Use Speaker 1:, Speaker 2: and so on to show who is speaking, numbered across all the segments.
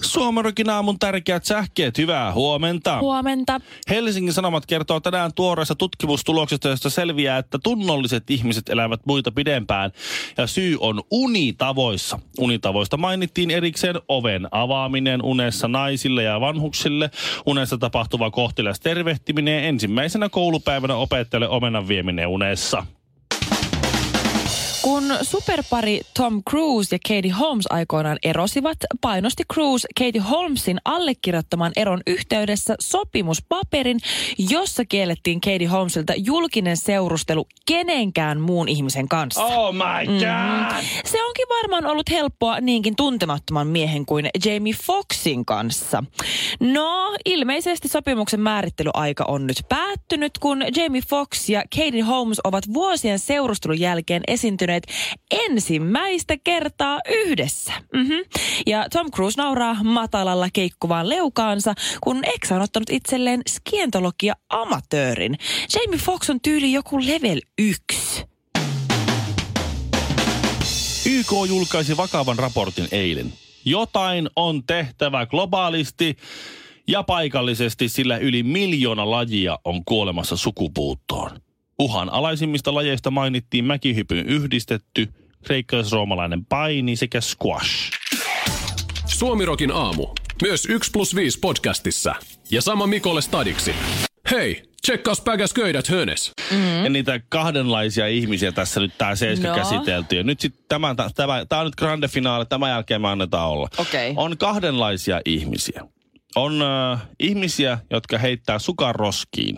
Speaker 1: Suomarokin aamun tärkeät sähkeet, hyvää huomenta.
Speaker 2: Huomenta.
Speaker 1: Helsingin Sanomat kertoo tänään tuoreessa tutkimustuloksesta, josta selviää, että tunnolliset ihmiset elävät muita pidempään. Ja syy on unitavoissa. Unitavoista mainittiin erikseen oven avaaminen unessa naisille ja vanhuksille, unessa tapahtuva kohtilas tervehtiminen ja ensimmäisenä koulupäivänä opettajalle omenan vieminen unessa.
Speaker 2: Kun superpari Tom Cruise ja Katie Holmes aikoinaan erosivat, painosti Cruise Katie Holmesin allekirjoittaman eron yhteydessä sopimuspaperin, jossa kiellettiin Katie Holmesilta julkinen seurustelu kenenkään muun ihmisen kanssa.
Speaker 1: Oh my god! Mm.
Speaker 2: Se onkin varmaan ollut helppoa niinkin tuntemattoman miehen kuin Jamie Foxin kanssa. No, ilmeisesti sopimuksen määrittelyaika on nyt päättynyt, kun Jamie Fox ja Katie Holmes ovat vuosien seurustelun jälkeen esiintyneet ensimmäistä kertaa yhdessä. Mhm. Ja Tom Cruise nauraa matalalla keikkuvaan leukaansa, kun ex on ottanut itselleen skientologia-amatöörin. Jamie Fox on tyyli joku level 1.
Speaker 1: YK julkaisi vakavan raportin eilen. Jotain on tehtävä globaalisti ja paikallisesti, sillä yli miljoona lajia on kuolemassa sukupuuttoon. Uhan alaisimmista lajeista mainittiin mäkihypyn yhdistetty, kreikkalais-roomalainen paini sekä squash.
Speaker 3: Suomirokin aamu. Myös 1 plus 5 podcastissa. Ja sama Mikolle Stadiksi. Hei, tsekkaus päkäs köydät hönes.
Speaker 1: Mm. Ja niitä kahdenlaisia ihmisiä tässä nyt tämä 70
Speaker 2: No.
Speaker 1: no. käsitelty. Ja nyt sitten tämä, tämä, tämä on nyt grande finaali, tämän jälkeen me annetaan olla.
Speaker 2: Okei.
Speaker 1: On kahdenlaisia ihmisiä. On äh, ihmisiä, jotka heittää sukan roskiin,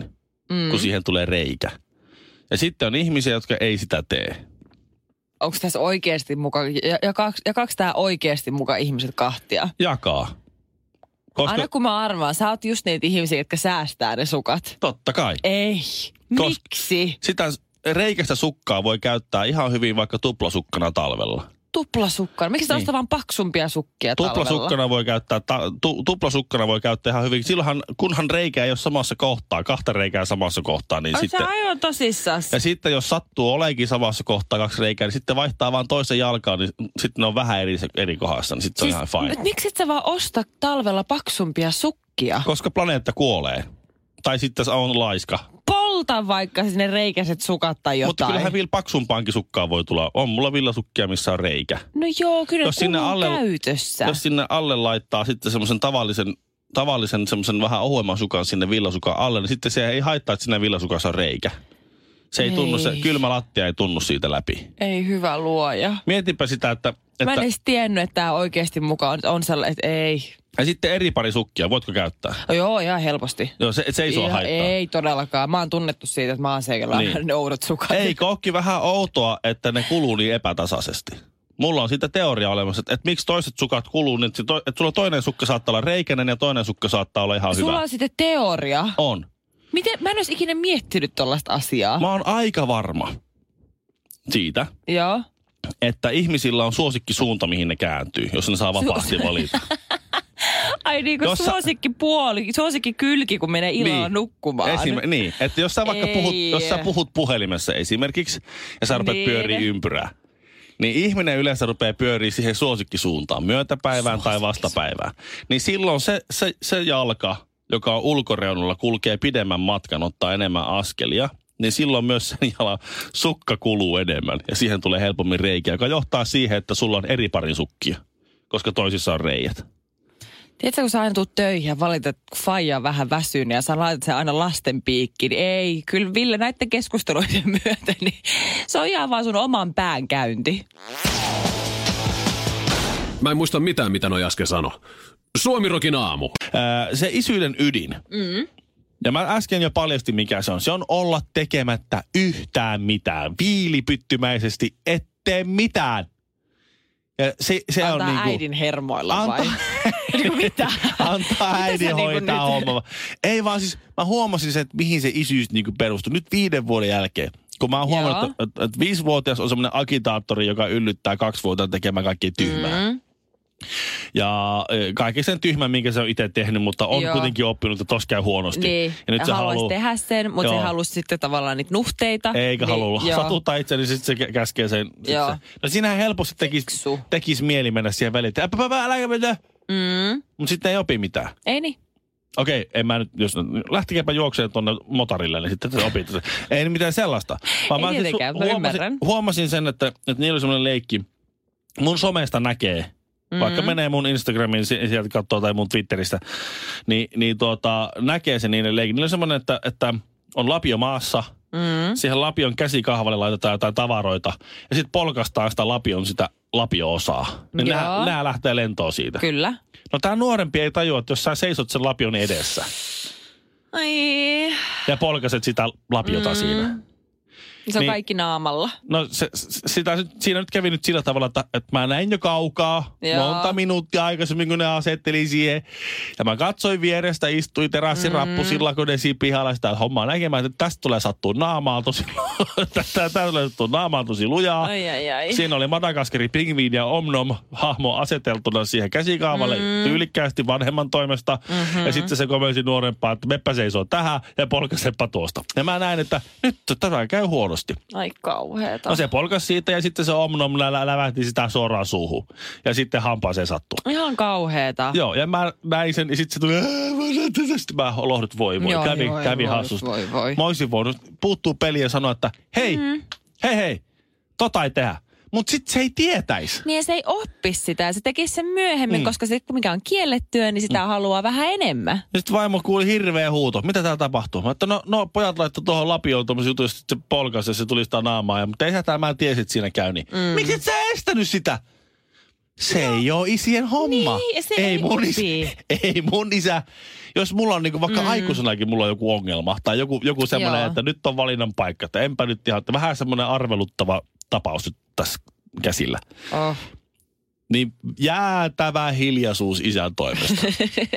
Speaker 1: mm. kun siihen tulee reikä. Ja sitten on ihmisiä, jotka ei sitä tee.
Speaker 4: onko tässä oikeasti muka, ja, ja, kaks, ja kaks tää oikeasti muka ihmiset kahtia?
Speaker 1: Jakaa. Koska
Speaker 4: Aina kun mä arvaan, sä oot just niitä ihmisiä, jotka säästää ne sukat.
Speaker 1: totta kai.
Speaker 4: Ei.
Speaker 1: Kos-
Speaker 4: Miksi?
Speaker 1: Sitä reikästä sukkaa voi käyttää ihan hyvin vaikka tuplasukkana talvella.
Speaker 4: Tuplasukkana. Miksi sä niin. vaan paksumpia sukkia talvella?
Speaker 1: Tuplasukkana voi, käyttää, ta, tu, tuplasukkana voi käyttää ihan hyvin. Silloin kunhan reikä ei ole samassa kohtaa, kahta reikää samassa kohtaa, niin
Speaker 4: Oot sä
Speaker 1: sitten...
Speaker 4: aivan tosissas?
Speaker 1: Ja sitten jos sattuu oleekin samassa kohtaa kaksi reikää, niin sitten vaihtaa vaan toisen jalkaan, niin sitten ne on vähän eri, eri kohdassa, niin sitten se on ihan
Speaker 4: Siis mut
Speaker 1: fine.
Speaker 4: miksi et sä vaan osta talvella paksumpia sukkia?
Speaker 1: Koska planeetta kuolee. Tai sitten se on laiska.
Speaker 4: Polta vaikka sinne reikäiset sukat tai jotain.
Speaker 1: Mutta kyllähän vielä paksumpaankin sukkaa voi tulla. On mulla villasukkia, missä on reikä.
Speaker 4: No joo, kyllä
Speaker 1: Jos
Speaker 4: jos
Speaker 1: sinne alle-
Speaker 4: käytössä.
Speaker 1: Jos sinne alle laittaa sitten semmoisen tavallisen, tavallisen semmoisen vähän ohuemman sukan sinne villasukan alle, niin sitten se ei haittaa, että siinä villasukassa on reikä. Se ei, tunnu, se
Speaker 4: Ei.
Speaker 1: kylmä lattia ei tunnu siitä läpi.
Speaker 4: Ei hyvä luoja.
Speaker 1: Mietipä sitä, että,
Speaker 4: Mä
Speaker 1: että
Speaker 4: en edes tiennyt, että tämä oikeasti mukaan on, on sellainen, että ei.
Speaker 1: ja sitten eri pari sukkia, voitko käyttää?
Speaker 4: No joo, ihan helposti.
Speaker 1: Joo, se, se ei sua
Speaker 4: Ihan-
Speaker 1: haittaa.
Speaker 4: Ei todellakaan. Mä oon tunnettu siitä, että mä oon seikellä
Speaker 1: Niin.
Speaker 4: niin. ne oudot sukat.
Speaker 1: Eikö ookin vähän outoa, että ne kuluu niin epätasaisesti? Mulla on siitä teoria olemassa, että, että miksi toiset sukat kuluu, niin että, se to, että sulla toinen sukka saattaa olla reikäinen ja toinen sukka saattaa olla ihan
Speaker 4: Sulla
Speaker 1: hyvä.
Speaker 4: on sitten teoria.
Speaker 1: On.
Speaker 4: Miten? Mä en olisi ikinä miettinyt tollaista asiaa.
Speaker 1: Mä oon aika varma siitä,
Speaker 4: Joo.
Speaker 1: että ihmisillä on suosikkisuunta, mihin ne kääntyy, jos ne saa vapaasti valita.
Speaker 4: Ai niin kuin
Speaker 1: Jos sä-
Speaker 4: suosikki puoli, suosikki kylki, kun menee illalla
Speaker 1: Niin.
Speaker 4: nukkumaan.
Speaker 1: Esim- niin, että jos sä vaikka
Speaker 4: Ei.
Speaker 1: puhut, jos sä puhut puhelimessa esimerkiksi ja sä rupeat
Speaker 4: Niin.
Speaker 1: pyöriä ympyrää, niin ihminen yleensä rupeaa pyöriä siihen suosikkisuuntaan, myötäpäivään tai vastapäivään. Niin silloin se, se, se jalka, joka on ulkoreunulla, kulkee pidemmän matkan, ottaa enemmän askelia, niin silloin myös sen jalan sukka kuluu enemmän ja siihen tulee helpommin reikiä, joka johtaa siihen, että sulla on eri parin sukkia, koska toisissa on reijät.
Speaker 4: Tiedätkö, kun sä aina tuut töihin ja valitat, kun faija on vähän väsynyt ja sä laitat sen aina lasten piikkiin. niin Ei, kyllä Ville näiden keskusteluiden myötä, niin se on ihan vaan sun oman pään käynti.
Speaker 3: Mä en muista mitään, mitä noi äsken sano. Suomirokin aamu.
Speaker 1: Ää, se isyyden ydin. Mm. Ja mä äsken jo paljastin, mikä se on. Se on olla tekemättä yhtään mitään. Viilipyttymäisesti ettei mitään. Ja se, se on
Speaker 4: Antaa
Speaker 1: niinku,
Speaker 4: äidin hermoilla
Speaker 1: Antaa-
Speaker 4: vai? Niinku Mitä?
Speaker 1: Antaa
Speaker 4: Mitä sä
Speaker 1: äidin
Speaker 4: niinku
Speaker 1: hoitaa
Speaker 4: nyt-
Speaker 1: homma. Ei vaan siis, mä huomasin se, että mihin se isyys niinku perustuu. Nyt viiden vuoden jälkeen Kun mä oon huomannut,
Speaker 4: Joo.
Speaker 1: että, että, että viisivuotias on semmoinen agitaattori, joka yllyttää kaksivuotiaan tekemään kaikkea tyhmää.
Speaker 4: Mm-hmm.
Speaker 1: Mm. Ja eh, kaiken sen tyhmän, minkä se on itse tehnyt, mutta on Joo.
Speaker 4: Joo.
Speaker 1: kuitenkin oppinut, että tos käy huonosti.
Speaker 4: Niin.
Speaker 1: Ja nyt se
Speaker 4: haluaisi
Speaker 1: haluu,
Speaker 4: tehdä sen, mutta
Speaker 1: Joo.
Speaker 4: se halusi sitten tavallaan niitä nuhteita.
Speaker 1: Eikä niin, halua
Speaker 4: joo.
Speaker 1: satuttaa itse, niin sitten se kä- käskee sen. sit
Speaker 4: Joo.
Speaker 1: Se. No siinähän helposti tekisi
Speaker 4: Fiksu.
Speaker 1: tekis mieli mennä siihen väliin, että äpä, äpä, äläkä mennä.
Speaker 4: Mm.
Speaker 1: Mutta sitten ei opi mitään.
Speaker 4: Ei niin.
Speaker 1: Okei, en mä nyt, jos lähtikääpä juokseen tuonne motarille, niin sitten te opitte sen. Ei nyt mitään sellaista. Vaan
Speaker 4: Ei
Speaker 1: mä siis
Speaker 4: tietenkään, mä
Speaker 1: huomasin,
Speaker 4: ymmärrän.
Speaker 1: huomasin sen, että, että niillä oli semmoinen leikki. Mun somesta näkee, mm-hmm. vaikka menee mun Instagramiin, si- sieltä katsoo tai mun Twitteristä, niin, niin tuota, näkee se niiden leikin. Niillä on semmoinen, että, että on lapio maassa,
Speaker 4: Mm.
Speaker 1: siihen lapion käsikahvalle laitetaan jotain tavaroita, ja sitten polkastaan sitä lapion sitä lapio-osaa. Niin nämä,
Speaker 4: Joo.
Speaker 1: nämä lähtee lentoon siitä.
Speaker 4: Kyllä.
Speaker 1: No tämä nuorempi ei tajua, että jos sä seisot sen lapion edessä,
Speaker 4: Ai.
Speaker 1: ja polkaset sitä lapiota mm. siinä.
Speaker 4: Se
Speaker 1: Niin.
Speaker 4: on niin. kaikki naamalla.
Speaker 1: No se, s- sitä, nyt- siinä nyt kävi nyt sillä tavalla, että, että mä näin jo kaukaa Joo.
Speaker 4: Joo.
Speaker 1: monta minuuttia aikaisemmin, kun ne asetteli siihen. Ja mä katsoin vierestä, istuin terassirappusilla, mm. kun ne siinä pihalla sitä hommaa näkemään, että tästä tulee sattua naamaa tosi, tästä tästä tulee sattua naamaa tosi lujaa.
Speaker 4: Ai, ai, ai.
Speaker 1: Siinä oli Madagaskari Pingviin ja Omnom hahmo aseteltuna siihen käsikaavalle mm. tyylikkäästi vanhemman toimesta. Mm-hmm. Ja sitten se komensi nuorempaa, että meppä seisoo tähän ja polkasepa tuosta. Ja mä näin, että nyt tämä käy huonosti.
Speaker 4: Ai kauheeta.
Speaker 1: No se polkas siitä ja sitten se Omnom lä- lävähti sitä suoraan suuhun. Ja sitten hampaaseen sattuu.
Speaker 4: Ihan kauheeta.
Speaker 1: Joo, ja mä näin sen, ja sitten se tuli, "Ää, mä näin tätä." Sitten mä lohdut voi voi,
Speaker 4: Joo,
Speaker 1: kävi,
Speaker 4: voi,
Speaker 1: kävi
Speaker 4: voi,
Speaker 1: hassusti.
Speaker 4: voi, voi.
Speaker 1: Mä olisin voinut puuttuu peliin ja sanoa, että hei,
Speaker 4: Mm-hmm.
Speaker 1: mm. hei, hei, tota ei tehdä. Mut sit se ei tietäis.
Speaker 4: Niin ja se ei oppi sitä ja se tekisi sen myöhemmin, mm. koska se mikä on kiellettyä, niin sitä mm. haluaa vähän enemmän.
Speaker 1: Ja sitten Niin vaimo kuuli hirveä huuto. Mitä täällä tapahtuu? Mä että no, no pojat laittoi tuohon lapioon tuommoisen jutun, ja sit se polkas ja se tuli sitä naamaa. Ja, mutta eihän tämä tiesi, että siinä käy niin. Mm. Miksi et sä estänyt sitä? Se no. ei ole isien homma.
Speaker 4: Niin, se
Speaker 1: ei,
Speaker 4: ei
Speaker 1: mun isä,
Speaker 4: opi.
Speaker 1: ei mun isä. Jos mulla on niinku, vaikka mm. aikuisenakin mulla on joku ongelma tai joku, joku semmoinen,
Speaker 4: Joo.
Speaker 1: että nyt on valinnan paikka. Että enpä nyt ihan, että vähän semmoinen arveluttava tapaus nyt tässä käsillä.
Speaker 4: Oh.
Speaker 1: Niin jäätävä hiljaisuus isän toimesta.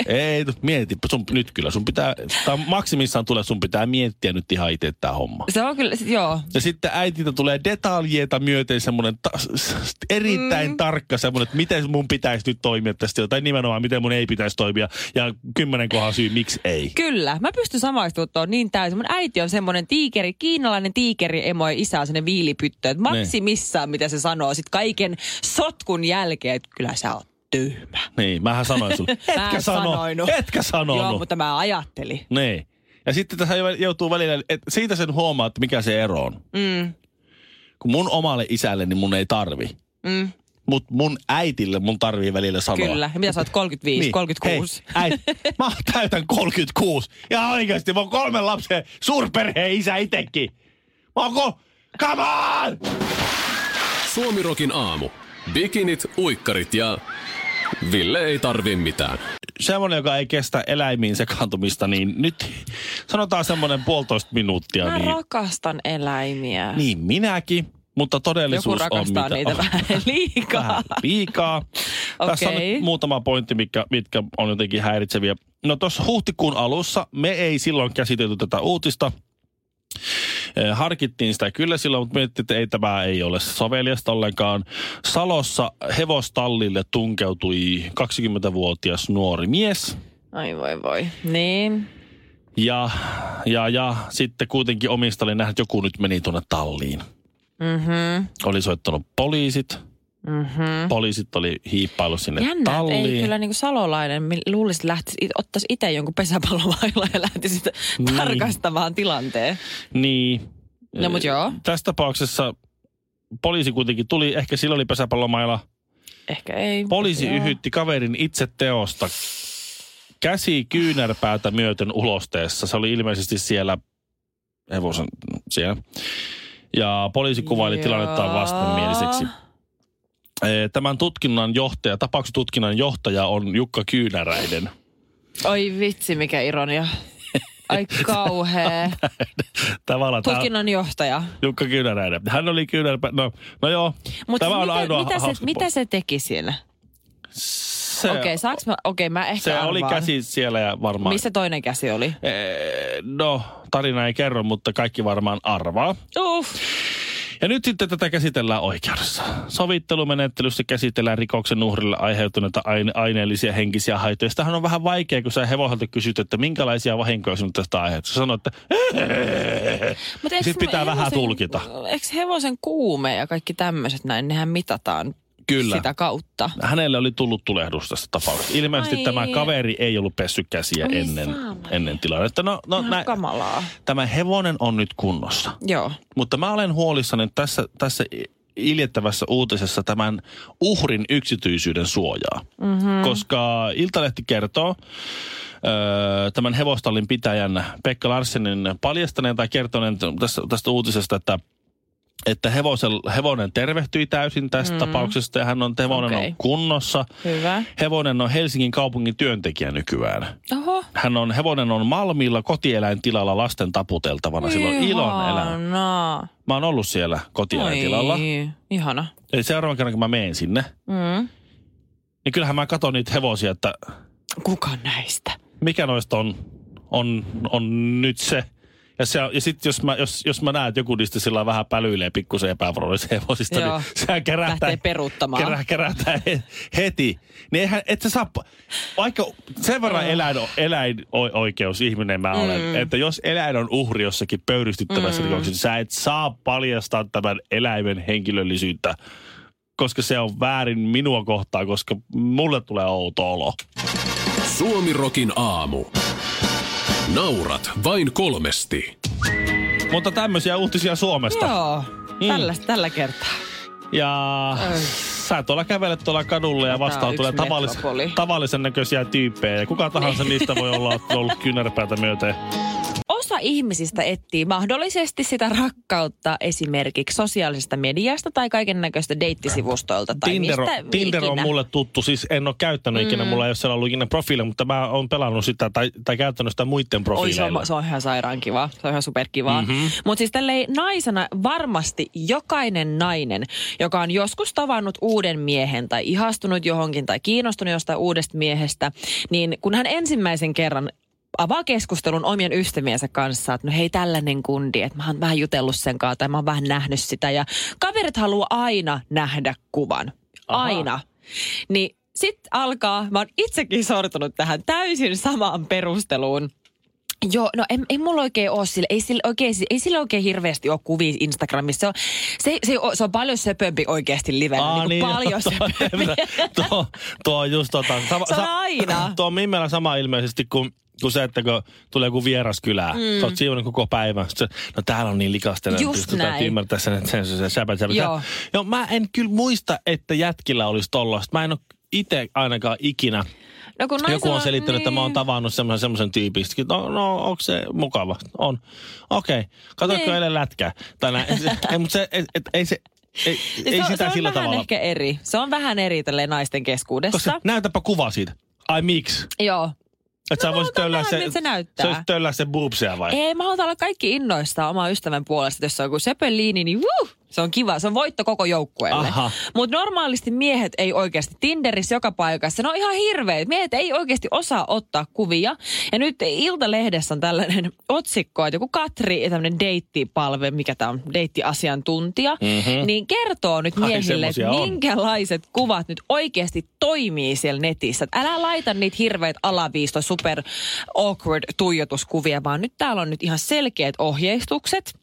Speaker 1: Ei, nyt mieti, sun, nyt kyllä sun pitää, tai maksimissaan tulee, sun pitää miettiä nyt ihan itse tämä homma.
Speaker 4: Se on kyllä, joo.
Speaker 1: Ja sitten äitiltä tulee detaljeita myöten semmoinen ta- s- s- erittäin mm. tarkka semmoinen, että miten mun pitäisi nyt toimia tästä, tai nimenomaan miten mun ei pitäisi toimia, ja kymmenen kohan syy, miksi ei.
Speaker 4: Kyllä, mä pystyn samaistumaan tuohon niin täysin. Mun äiti on semmoinen tiikeri, kiinalainen tiikeri emo ja isä on semmoinen viilipyttö.
Speaker 1: Niin.
Speaker 4: Että maksimissaan, mitä se sanoo sit kaiken sotkun jälkeen, että kyllä sä oot tyhmä.
Speaker 1: Niin, mähän sanoin sulle.
Speaker 4: Mä
Speaker 1: Etkä
Speaker 4: en
Speaker 1: sano,
Speaker 4: sanoinut.
Speaker 1: etkä sanonut.
Speaker 4: Joo, mutta mä ajattelin.
Speaker 1: Niin. Ja sitten tässä joutuu välillä, että siitä sen huomaa, että mikä se ero on. Mm. Kun mun omalle isälle, niin mun ei tarvi. Mm. Mutta mun äitille mun tarvii välillä sanoa.
Speaker 4: Kyllä. Siis Ja mitä sä oot, 35, 36?
Speaker 1: Niin. Hei, äiti, mä täytän 36. Ja oikeasti, mä oon kolmen lapsen suurperheen isä itekin. Mä oon ko- Come on!
Speaker 3: Suomirokin aamu. Bikinit, uikkarit ja... Ville ei tarvi mitään.
Speaker 1: Semmoinen, joka ei kestä eläimiin sekaantumista, niin nyt sanotaan semmoinen puolitoista minuuttia.
Speaker 4: Mä
Speaker 1: niin...
Speaker 4: rakastan eläimiä.
Speaker 1: Niin minäkin, mutta
Speaker 4: Joku
Speaker 1: todellisuus on
Speaker 4: rakastaa
Speaker 1: mitä
Speaker 4: niitä
Speaker 1: on.
Speaker 4: vähän liikaa.
Speaker 1: Vähän liikaa. Tässä on
Speaker 4: Okei.
Speaker 1: nyt muutama pointti, mitkä, mitkä on jotenkin häiritseviä. No tuossa huhtikuun alussa me ei silloin käsitelty tätä uutista. Eh, Harkittiin sitä kyllä silloin, mutta mietittiin, että ei tämä ei ole soveliasta ollenkaan. Salossa hevostallille tunkeutui 20-vuotias nuori mies.
Speaker 4: Ai voi voi. Niin.
Speaker 1: Ja, ja, ja sitten kuitenkin omista oli nähnyt, että joku nyt meni tuonne talliin. Mm-hmm. Oli soittanut poliisit. Mm-hmm. Poliisit oli hiippailut sinne
Speaker 4: Jännä, että
Speaker 1: talliin.
Speaker 4: ei kyllä niinku salolainen mi- luulisi, että lähtisi, it- ottaisi itse jonkun pesäpallovailla ja lähtisi sitä
Speaker 1: Niin.
Speaker 4: tarkastamaan tilanteen.
Speaker 1: Niin.
Speaker 4: No mut joo,
Speaker 1: Tässä tapauksessa poliisi kuitenkin tuli, ehkä sillä oli pesäpallomailla.
Speaker 4: ehkä ei.
Speaker 1: Poliisi
Speaker 4: Joo.
Speaker 1: Joo. yhytti kaverin itse teosta käsi kyynärpäätä myöten ulosteessa. Se oli ilmeisesti siellä hevosen no, siellä. Ja poliisi kuvaili
Speaker 4: Joo.
Speaker 1: tilannetta vastenmieliseksi. Ee, Tämän tutkinnan johtaja, tapauksen tutkinnan johtaja on Jukka Kyynäräinen.
Speaker 4: Oi vitsi, mikä ironia. Ai kauhea.
Speaker 1: Tavallaan tämä
Speaker 4: Tutkinnon johtaja.
Speaker 1: Jukka Kyynäräinen. Hän oli kyynärpää... No, no joo,
Speaker 4: Mutta
Speaker 1: tämä on
Speaker 4: mitä,
Speaker 1: ainoa
Speaker 4: mitä,
Speaker 1: hauska
Speaker 4: se, mitä se teki siinä?
Speaker 1: se,
Speaker 4: Okei, okay, saaks mä, okei okay, mä ehkä
Speaker 1: se oli
Speaker 4: arvaan.
Speaker 1: käsi siellä ja varmaan...
Speaker 4: Missä toinen käsi oli?
Speaker 1: Ee, no, Tarina ei kerro, mutta kaikki varmaan arvaa.
Speaker 4: Uff.
Speaker 1: Ja nyt sitten tätä käsitellään oikeudessa. Sovittelumenettelyssä käsitellään rikoksen uhrille aiheutuneita aine- aineellisia henkisiä haittoja. Sitähän on vähän vaikea, kun sä hevoselta kysyt, että minkälaisia vahinkoja sinulle tästä aiheesta. Sano, että
Speaker 4: Mut eiks
Speaker 1: Sit
Speaker 4: me-
Speaker 1: pitää vähän tulkita.
Speaker 4: Eikö hevosen kuume ja kaikki tämmöiset näin, nehän mitataan
Speaker 1: Kyllä.
Speaker 4: sitä kautta.
Speaker 1: hänelle oli tullut tulehdus tästä tapauksesta. Ilmeisesti
Speaker 4: Ai.
Speaker 1: tämä kaveri ei ollut pessyt käsiä
Speaker 4: Oi
Speaker 1: ennen,
Speaker 4: saamari.
Speaker 1: ennen tilannetta. No, no,
Speaker 4: Ihan
Speaker 1: nä-
Speaker 4: kamalaa.
Speaker 1: tämä hevonen on nyt kunnossa.
Speaker 4: Joo.
Speaker 1: Mutta mä olen huolissani tässä, tässä iljettävässä uutisessa tämän uhrin yksityisyyden suojaa. Mm-hmm. Koska Iltalehti kertoo öö, tämän hevostallin pitäjän Pekka Larsenin paljastaneen tai kertoneen t- tästä, tästä uutisesta, että että hevosen, hevonen tervehtyi täysin tästä mm-hmm. tapauksesta ja hän on, hevonen okay.
Speaker 4: Okei.
Speaker 1: on kunnossa.
Speaker 4: Hyvä.
Speaker 1: Hevonen on Helsingin kaupungin työntekijä nykyään.
Speaker 4: Oho.
Speaker 1: Hän on, hevonen on Malmilla kotieläintilalla lasten taputeltavana. Sillä on ilon elämä.
Speaker 4: Ihanaa.
Speaker 1: Mä oon ollut siellä kotieläintilalla.
Speaker 4: Oi, Ihana.
Speaker 1: Eli seuraavan kerran, kun mä menen sinne,
Speaker 4: Mm.
Speaker 1: niin kyllähän mä katson niitä hevosia, että
Speaker 4: Kuka näistä?
Speaker 1: mikä noista on, on, on nyt se. Ja, se, ja sitten jos mä, jos, jos mä näen, että joku niistä sillä lailla vähän pälyilee pikkusen epävarallisista hevosista,
Speaker 4: Joo.
Speaker 1: niin sehän
Speaker 4: Lähtee
Speaker 1: kerätään,
Speaker 4: peruuttamaan.
Speaker 1: kerä, kerätään he, heti. Niin eihän, et sä saa, vaikka sen verran eläin, eläinoikeus ihminen mä olen, mm. että jos eläin on uhri jossakin pöyristyttävässä mm. rikoksessa, niin sä et saa paljastaa tämän eläimen henkilöllisyyttä, koska se on väärin minua kohtaan, koska mulle tulee outo olo.
Speaker 3: Suomirokin aamu. Naurat vain kolmesti.
Speaker 1: Mutta tämmöisiä uutisia Suomesta.
Speaker 4: Joo.
Speaker 1: Mm.
Speaker 4: Tällä, tällä kertaa.
Speaker 1: Ja sä tuolla kävelet tuolla kadulla ja vastaan
Speaker 4: yksi
Speaker 1: tulee tavallis,
Speaker 4: metropoli.
Speaker 1: tavallisen näköisiä tyyppejä. Ja kuka tahansa niistä voi olla ollut kynärpäätä myöten.
Speaker 4: Osa ihmisistä etsii mahdollisesti sitä rakkautta esimerkiksi sosiaalisesta mediasta tai kaiken näköistä deittisivustoilta tai
Speaker 1: Tinder, on-
Speaker 4: mistä
Speaker 1: Tinder on
Speaker 4: ikinä.
Speaker 1: mulle tuttu, siis en ole käyttänyt mm. ikinä, mulla ei ole siellä ollut ikinä profiili, mutta mä oon pelannut sitä tai, tai käyttänyt sitä muiden
Speaker 4: Oi, se
Speaker 1: profiileilla. Mhm.
Speaker 4: on, se on ihan sairaan kivaa. Se on ihan superkivaa. Mm-hmm. Mutta siis tällei naisena varmasti jokainen nainen, joka on joskus tavannut uuden miehen tai ihastunut johonkin tai kiinnostunut jostain uudesta miehestä, niin kun hän ensimmäisen kerran avaa keskustelun omien ystäviensä kanssa, että no hei tällainen kundi, että mä oon vähän jutellut sen kanssa tai mä oon vähän nähnyt sitä ja kaverit haluaa aina nähdä kuvan.
Speaker 1: Aha.
Speaker 4: Aina. Niin sitten alkaa, mä oon itsekin sortunut tähän täysin samaan perusteluun. Joo, no ei, ei mulla oikein ole sillä, ei sillä oikein, ei sillä oikein hirveästi ole kuvia Instagramissa. Se on, se, se, on, se on paljon söpömpi oikeasti livenä, niin, niin, paljon söpömpi.
Speaker 1: tuo, tuo, tuo on just tota. Sama,
Speaker 4: Se on aina.
Speaker 1: Tuo on Mimmellä sama ilmeisesti kuin kuin se, että kun tulee joku vieras kylään, mm. sä oot siivonut koko päivän. Sit sä, no täällä on niin likasta, että
Speaker 4: Just
Speaker 1: pystyt-
Speaker 4: näin.
Speaker 1: täytyy ymmärtää sen, että sen, sen, sen säpät, säpät.
Speaker 4: Joo.
Speaker 1: Joo, mä en kyllä muista, että jätkillä olisi tollasta. Mä en ole itse ainakaan ikinä
Speaker 4: No kun
Speaker 1: joku
Speaker 4: naisella
Speaker 1: on selittänyt, niin. että mä oon tavannut semmoisen, semmoisen tyypin. Sitten, No, no onko se mukava? On. Okei. Okay. Katoitko
Speaker 4: Niin.
Speaker 1: eilen lätkää? Tai näin. ei, mutta se, et, et, ei se, ei, ei
Speaker 4: se, on-
Speaker 1: sitä
Speaker 4: se on
Speaker 1: sillä
Speaker 4: vähän
Speaker 1: tavalla.
Speaker 4: ehkä eri. Se on vähän eri tälleen naisten keskuudessa.
Speaker 1: Koska näytäpä kuva siitä. Ai miksi?
Speaker 4: Joo.
Speaker 1: Että sä
Speaker 4: No, mä
Speaker 1: voisit
Speaker 4: haluan
Speaker 1: töllää
Speaker 4: nähdä, miltä se näyttää.
Speaker 1: Sä voisit töllää sen boobsia vai?
Speaker 4: Ei, mä haluan olla kaikki innoissaan oma ystävän puolesta, että jos se on joku sepeliini, niin wuu, se on kiva. Se on voitto koko joukkueelle.
Speaker 1: Aha.
Speaker 4: Mutta normaalisti miehet ei oikeasti Tinderissä joka paikassa. Ne on ihan hirveet. Miehet ei oikeasti osaa ottaa kuvia. Ja nyt Iltalehdessä on tällainen otsikko, että joku Katri, tämmöinen deittipalve, mikä tämä on, deittiasiantuntija,
Speaker 1: Mhm.
Speaker 4: mm-hmm. niin kertoo nyt
Speaker 1: Ai,
Speaker 4: miehille,
Speaker 1: semmosia
Speaker 4: että
Speaker 1: on.
Speaker 4: minkälaiset kuvat nyt oikeasti toimii siellä netissä. Et älä laita niitä hirveitä alaviisto, super awkward tuijotuskuvia, vaan nyt täällä on nyt ihan selkeät ohjeistukset.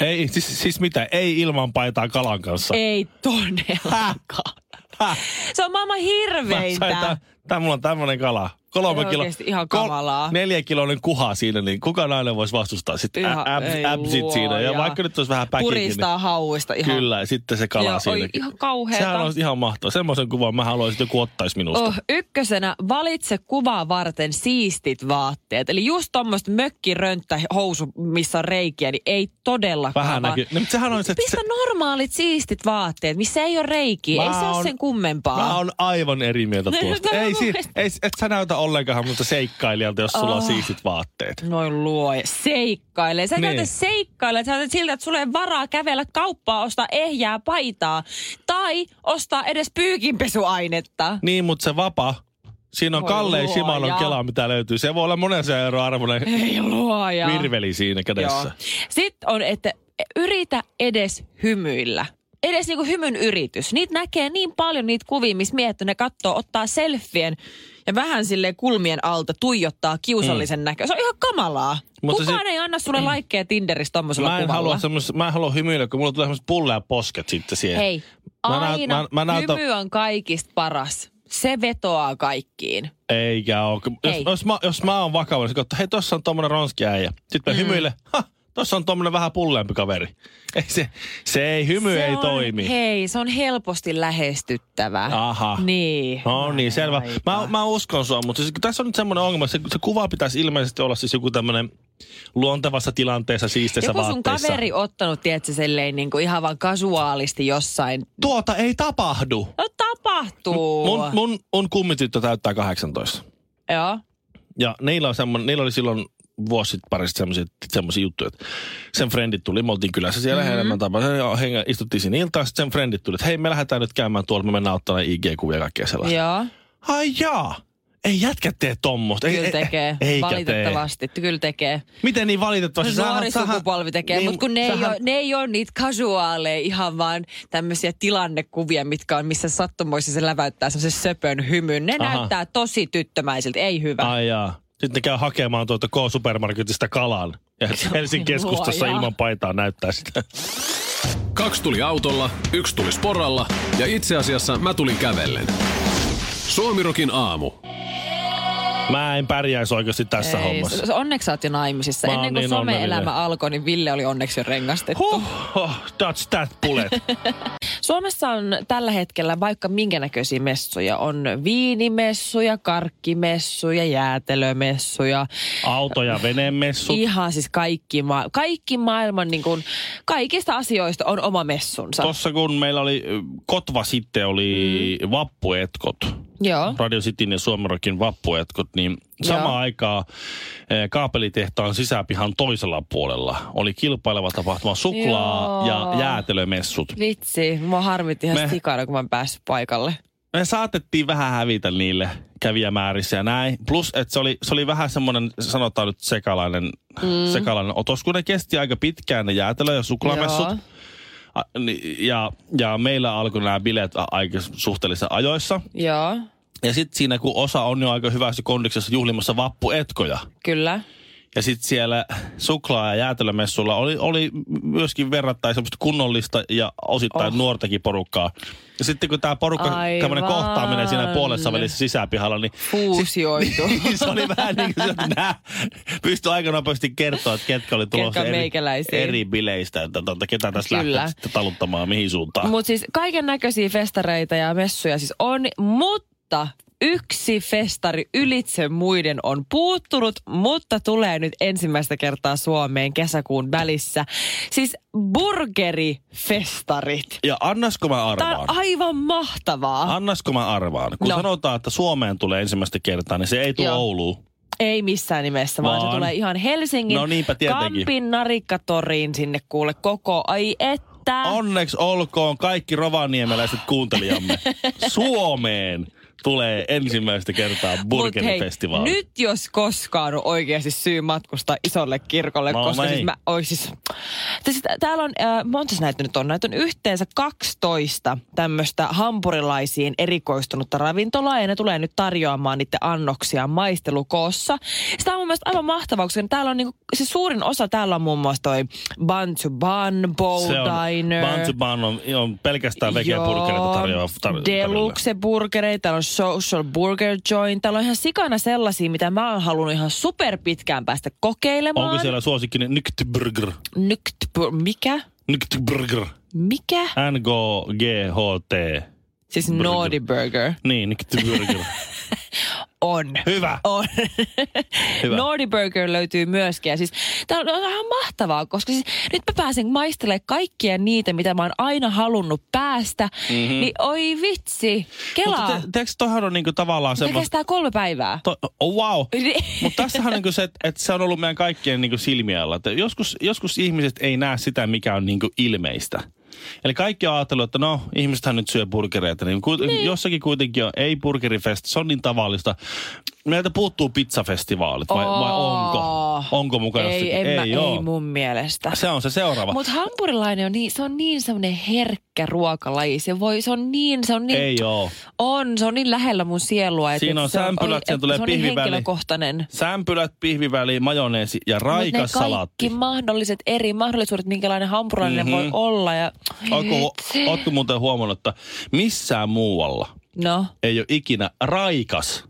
Speaker 1: Ei, siis, siis mitä? Ei ilman paitaa kalan kanssa.
Speaker 4: Ei todellakaan.
Speaker 1: Häh?
Speaker 4: Se on maailman
Speaker 1: Mä sain
Speaker 4: hirveintä.
Speaker 1: tää, tää, mulla on tämmönen kala. Kolme
Speaker 4: Se on
Speaker 1: kilo,
Speaker 4: oikeesti ihan kamalaa.
Speaker 1: neljä kiloinen kuha siinä, niin kuka nainen voisi vastustaa sitten
Speaker 4: Ihan- ei
Speaker 1: absit siinä. Ja
Speaker 4: luoja.
Speaker 1: vaikka nyt olisi vähän päkikin.
Speaker 4: Puristaa hauista
Speaker 1: Niin,
Speaker 4: ihan.
Speaker 1: kyllä, ja sitten se
Speaker 4: Joo,
Speaker 1: kala
Speaker 4: oi,
Speaker 1: siinä.
Speaker 4: ihan kauheeta.
Speaker 1: Sehän olisi ihan mahtavaa. Semmoisen kuvan mä haluaisin, että joku ottaisi minusta.
Speaker 4: Oh, ykkösenä valitse kuvaa varten siistit vaatteet. Eli just tuommoista mökkirönttä housu, missä on reikiä, niin ei todellakaan.
Speaker 1: Vähän
Speaker 4: vaan-
Speaker 1: näkyy. No, mutta sehän on se,
Speaker 4: Pistä
Speaker 1: se,
Speaker 4: normaalit siistit vaatteet, missä ei ole reikiä. Ei
Speaker 1: Mä
Speaker 4: se ole
Speaker 1: oon-
Speaker 4: sen
Speaker 1: Mä
Speaker 4: kummempaa.
Speaker 1: oon aivan eri mieltä
Speaker 4: No,
Speaker 1: tuosta.
Speaker 4: tämä
Speaker 1: ei,
Speaker 4: mun
Speaker 1: si-
Speaker 4: mielestä-
Speaker 1: ei, et sä näytä ollenkaan mutta seikkailijalta, jos sulla on
Speaker 4: Oh.
Speaker 1: siistit vaatteet.
Speaker 4: Noin luoja. Seikkailee. Sä
Speaker 1: Niin.
Speaker 4: niin. seikkailla. Sä näytät siltä, että sulla ei ole varaa kävellä kauppaa, ostaa ehjää paitaa. Tai ostaa edes pyykinpesuainetta.
Speaker 1: Niin, mutta se vapa, siinä on
Speaker 4: Voi
Speaker 1: Kalle
Speaker 4: luoja.
Speaker 1: Simalon kela, mitä löytyy. Se voi olla monen sen euron arvoinen
Speaker 4: Ei luoja.
Speaker 1: virveli siinä kädessä.
Speaker 4: Sitten on, että yritä edes hymyillä. Edes niinku hymyn yritys. Niitä näkee niin paljon niitä kuvia, missä miehet ne katsoo, ottaa selfien ja vähän sille kulmien alta tuijottaa kiusallisen mm. näkö. Se on ihan kamalaa.
Speaker 1: Mutta
Speaker 4: Mutta Kukaan
Speaker 1: se- Mm.
Speaker 4: se... ei anna sulle laikkeja Tinderissä tommosella
Speaker 1: Mä en,
Speaker 4: kuvalla.
Speaker 1: halua semmos, mä en halua hymyillä, kun mulla tulee semmoiset pulleja posket sitten siihen.
Speaker 4: Hei,
Speaker 1: Mä näyt-
Speaker 4: aina
Speaker 1: mä- mä näytän-
Speaker 4: hymy on kaikista paras. Se vetoaa kaikkiin.
Speaker 1: Eikä oo. Jos,
Speaker 4: Ei.
Speaker 1: jos, mä, jos mä oon vakava, niin katso, hei, tossa on tommonen ronski äijä. Sitten mä mm. hymyilen, ha, tossa on tommonen vähän pulleampi kaveri. Ei se, se ei, hymy
Speaker 4: se
Speaker 1: ei
Speaker 4: on,
Speaker 1: toimi.
Speaker 4: Hei, se on helposti lähestyttävä.
Speaker 1: Aha.
Speaker 4: Niin.
Speaker 1: No niin, selvä. Mä, mä uskon sua, mutta siis, kun tässä on nyt semmoinen ongelma. Se, se kuva pitäisi ilmeisesti olla siis joku tämmönen luontevassa tilanteessa, siisteissä
Speaker 4: Joku sun
Speaker 1: vaatteissa.
Speaker 4: kaveri ottanut, tiedätkö, selleen niin kuin ihan vaan kasuaalisti jossain.
Speaker 1: Tuota ei tapahdu.
Speaker 4: No tapahtuu.
Speaker 1: Mun, mun, mun kummityttö täyttää 18.
Speaker 4: Joo.
Speaker 1: Ja niillä, on semmoinen, niillä oli silloin vuosi sitten parista semmoisia juttuja, että sen frendit tuli, me oltiin kylässä siellä mm-hmm. enemmän tapaa, hengä, istuttiin siinä iltaa, sitten sen frendit tuli, että hei me lähdetään nyt käymään tuolla, me mennään ottamaan IG-kuvia ja kaikkea sellaista. Ja.
Speaker 4: Joo.
Speaker 1: Ai jaa, ei jätkä tee tommosta. Ei,
Speaker 4: Kyllä
Speaker 1: ei-
Speaker 4: tekee.
Speaker 1: ei- eikä tee.
Speaker 4: Valitettavasti. Kyllä tekee.
Speaker 1: Miten niin valitettavasti? Sähän-
Speaker 4: Nuori
Speaker 1: sähän-
Speaker 4: sukupolvi tekee, niin, mutta kun ne, ei ole, ne ei ole niitä kasuaaleja, ihan vaan tämmöisiä tilannekuvia, mitkä on missä sattumoissa se läväyttää semmoisen söpön hymyn. Ne
Speaker 1: Aha.
Speaker 4: Aha. näyttää tosi tyttömäisiltä, ei hyvä.
Speaker 1: Ai jaa. Sitten ne käy hakemaan tuolta K-supermarketista kalan. Ja Helsingin keskustassa
Speaker 4: Luoja.
Speaker 1: ilman paitaa näyttää sitä.
Speaker 3: Kaksi tuli autolla, yksi tuli sporalla ja itse asiassa mä tulin kävellen. Suomirokin aamu.
Speaker 1: Mä en pärjäisi oikeasti tässä
Speaker 4: Ei,
Speaker 1: hommassa.
Speaker 4: s- s- Onneksi sä oot jo naimisissa.
Speaker 1: Mä oon
Speaker 4: Ennen kuin
Speaker 1: niin
Speaker 4: some-elämä
Speaker 1: onnellinen.
Speaker 4: alkoi, niin Ville oli onneksi jo rengastettu.
Speaker 1: Huh, huh, Oh, that's that bullet.
Speaker 4: Suomessa on tällä hetkellä vaikka minkä näköisiä messuja. On viinimessuja, karkkimessuja, jäätelömessuja.
Speaker 1: Auto- ja venemessut.
Speaker 4: Ihan siis kaikki, ma- kaikki maailman, niin kuin, kaikista asioista on oma messunsa.
Speaker 1: Tossa kun meillä oli ö, Kotva sitten oli mm. vappuetkot,
Speaker 4: Joo.
Speaker 1: Radio Cityn ja Suomerokin vappuetkot, niin samaan
Speaker 4: Joo.
Speaker 1: aikaan eh, kaapelitehtaan sisäpihan toisella puolella oli kilpaileva tapahtuma suklaa
Speaker 4: Joo.
Speaker 1: ja jäätelömessut.
Speaker 4: Vitsi, mua harmitti ihan
Speaker 1: Me-
Speaker 4: Me... sikana, kun mä en päässyt paikalle.
Speaker 1: me saatettiin vähän hävitä niille kävijämäärissä ja näin. Plus, että se oli, se oli vähän semmoinen, sanotaan nyt sekalainen, mm. sekalainen otos, kun ne kesti aika pitkään ne jäätelö- ja suklaamessut.
Speaker 4: Joo.
Speaker 1: A, ni- ja, ja meillä alkoi nämä bileet a- aika suhteellisen ajoissa.
Speaker 4: Joo,
Speaker 1: Ja sitten siinä, kun osa on jo aika hyvässä kondiksessa juhlimassa vappuetkoja,
Speaker 4: kyllä.
Speaker 1: ja sitten siellä suklaa- ja jäätelömessulla oli, oli myöskin verrattain semmoista kunnollista ja osittain oh. nuortakin porukkaa. Ja sitten kun tämä porukka,
Speaker 4: Aivan.
Speaker 1: tämmöinen kohtaaminen siinä puolessa välissä sisäpihalla, niin
Speaker 4: Fuusioitu.
Speaker 1: se oli vähän niin kuin se, että nää pystyi aika nopeasti kertoa, että ketkä oli tulossa
Speaker 4: on
Speaker 1: eri,
Speaker 4: meikäläisiä.
Speaker 1: eri bileistä, että tuota, ketä tässä
Speaker 4: Kyllä.
Speaker 1: lähtee sitten taluttamaan, mihin suuntaan.
Speaker 4: Mutta siis kaiken näköisiä festareita ja messuja siis on, mutta yksi festari ylitse muiden on puuttunut, mutta tulee nyt ensimmäistä kertaa Suomeen kesäkuun välissä. Siis burgerifestarit.
Speaker 1: ja annasko mä
Speaker 4: Tämä
Speaker 1: arvaan?
Speaker 4: on aivan mahtavaa.
Speaker 1: Annasko mä arvaan? Kun
Speaker 4: No.
Speaker 1: sanotaan, että Suomeen tulee ensimmäistä kertaa, niin se ei tule
Speaker 4: Joo.
Speaker 1: Ouluun.
Speaker 4: Ei missään nimessä, vaan,
Speaker 1: Vaan.
Speaker 4: se tulee ihan Helsingin
Speaker 1: No niinpä tietenkin.
Speaker 4: Kampin narikkatoriin sinne kuule koko. Ai että.
Speaker 1: Onneksi olkoon kaikki rovaniemeläiset kuuntelijamme. Suomeen tulee ensimmäistä kertaa burgerifestivaali.
Speaker 4: Mut hei, nyt jos koskaan on oikeasti syy matkustaa isolle kirkolle,
Speaker 1: No
Speaker 4: no, koska
Speaker 1: niin.
Speaker 4: niin. siis mä oon siis... Siis Täällä on, äh, montas näitä nyt on? Näitä on yhteensä 12 tämmöistä hampurilaisiin erikoistunutta ravintolaa, ja ne tulee nyt tarjoamaan niiden annoksia maistelukoossa. Sitä on mun mielestä aivan mahtavaa, koska täällä on niinku, se suurin osa täällä on muun muassa toi Bun to Bun, Bow
Speaker 1: se on,
Speaker 4: Diner.
Speaker 1: Bantu Ban on, on pelkästään vegeburgereita tarjoava. tar-
Speaker 4: Deluxe burgereita, täällä on Social Burger Joint, täällä on ihan sikana sellaisia, mitä mä oon halunnut ihan super pitkään päästä
Speaker 1: tarjolla.
Speaker 4: kokeilemaan.
Speaker 1: Onko siellä suosikki Nyktburger?
Speaker 4: Nyt, mikä?
Speaker 1: Nyktburger.
Speaker 4: Mikä?
Speaker 1: N-G-G-H-T.
Speaker 4: Siis
Speaker 1: Burger.
Speaker 4: Naughty Burger
Speaker 1: Niin, Nyktburger.
Speaker 4: on.
Speaker 1: Hyvä.
Speaker 4: On.
Speaker 1: Hyvä.
Speaker 4: Naughty Burger löytyy myöskin. Ja siis, tää on ihan mahtavaa, koska siis, nyt mä pääsen maistelemaan kaikkia niitä, mitä mä oon aina halunnut päästä. Mm-hmm. Niin oi vitsi, kelaa.
Speaker 1: Mutta te, teekö, toihan on niinku tavallaan
Speaker 4: Tämä
Speaker 1: semmoista...
Speaker 4: kestää kolme päivää.
Speaker 1: To, oh, wow.
Speaker 4: Niin.
Speaker 1: Mutta tässähän on niinku se, että et se on ollut meidän kaikkien niinku silmiä alla. Että joskus, joskus ihmiset ei näe sitä, mikä on niinku ilmeistä. Eli kaikki on ajatellut, että no, ihmisethän nyt syö burgereita. Niin, kuit- niin. Jossakin kuitenkin on, ei burgerifest, se on niin tavallista. Meiltä puuttuu pizzafestivaalit, vai, vai onko? Onko mukana
Speaker 4: Ei,
Speaker 1: jossakin?
Speaker 4: en mä,
Speaker 1: ei, oo.
Speaker 4: ei mun mielestä.
Speaker 1: Se on se seuraava.
Speaker 4: Mutta hampurilainen on niin, se on niin semmoinen herkkä ruokalaji. Se, voi, se on niin, se on niin,
Speaker 1: Ei oo.
Speaker 4: on, se on niin lähellä mun sielua. et-
Speaker 1: Siinä
Speaker 4: et
Speaker 1: on
Speaker 4: se
Speaker 1: sämpylät,
Speaker 4: et
Speaker 1: siinä tulee
Speaker 4: se on niin
Speaker 1: pihviväli.
Speaker 4: henkilökohtainen.
Speaker 1: Sämpylät, pihviväli, majoneesi ja
Speaker 4: Mut ne
Speaker 1: raikas salaatti.
Speaker 4: kaikki mahdolliset eri mahdollisuudet, minkälainen hampurilainen
Speaker 1: Mhm.
Speaker 4: voi olla. Ja,
Speaker 1: Ootko, ootko muuten huomannut, että missään muualla
Speaker 4: no,
Speaker 1: ei ole ikinä raikas,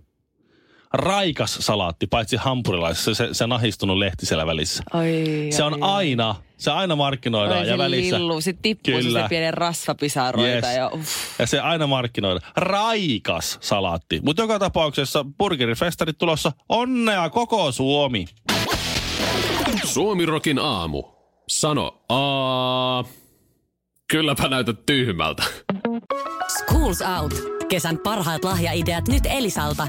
Speaker 1: raikas salaatti, paitsi hampurilaisessa, se, se nahistunut lehti siellä välissä.
Speaker 4: oi,
Speaker 1: Se on aina, se aina markkinoidaan
Speaker 4: Oi,
Speaker 1: ja
Speaker 4: se
Speaker 1: välissä.
Speaker 4: Lillu. Sitten tippuu
Speaker 1: Kyllä.
Speaker 4: Kyllä. se pienen rasvapisaroita.
Speaker 1: Yes.
Speaker 4: Ja, uff.
Speaker 1: Ja se aina markkinoidaan. Raikas salaatti. Mutta joka tapauksessa burgerifestarit tulossa. Onnea koko Suomi.
Speaker 3: Suomirokin aamu. Sano A. Kylläpä näytät tyhmältä.
Speaker 5: Schools Out. Kesän parhaat lahjaideat nyt Elisalta.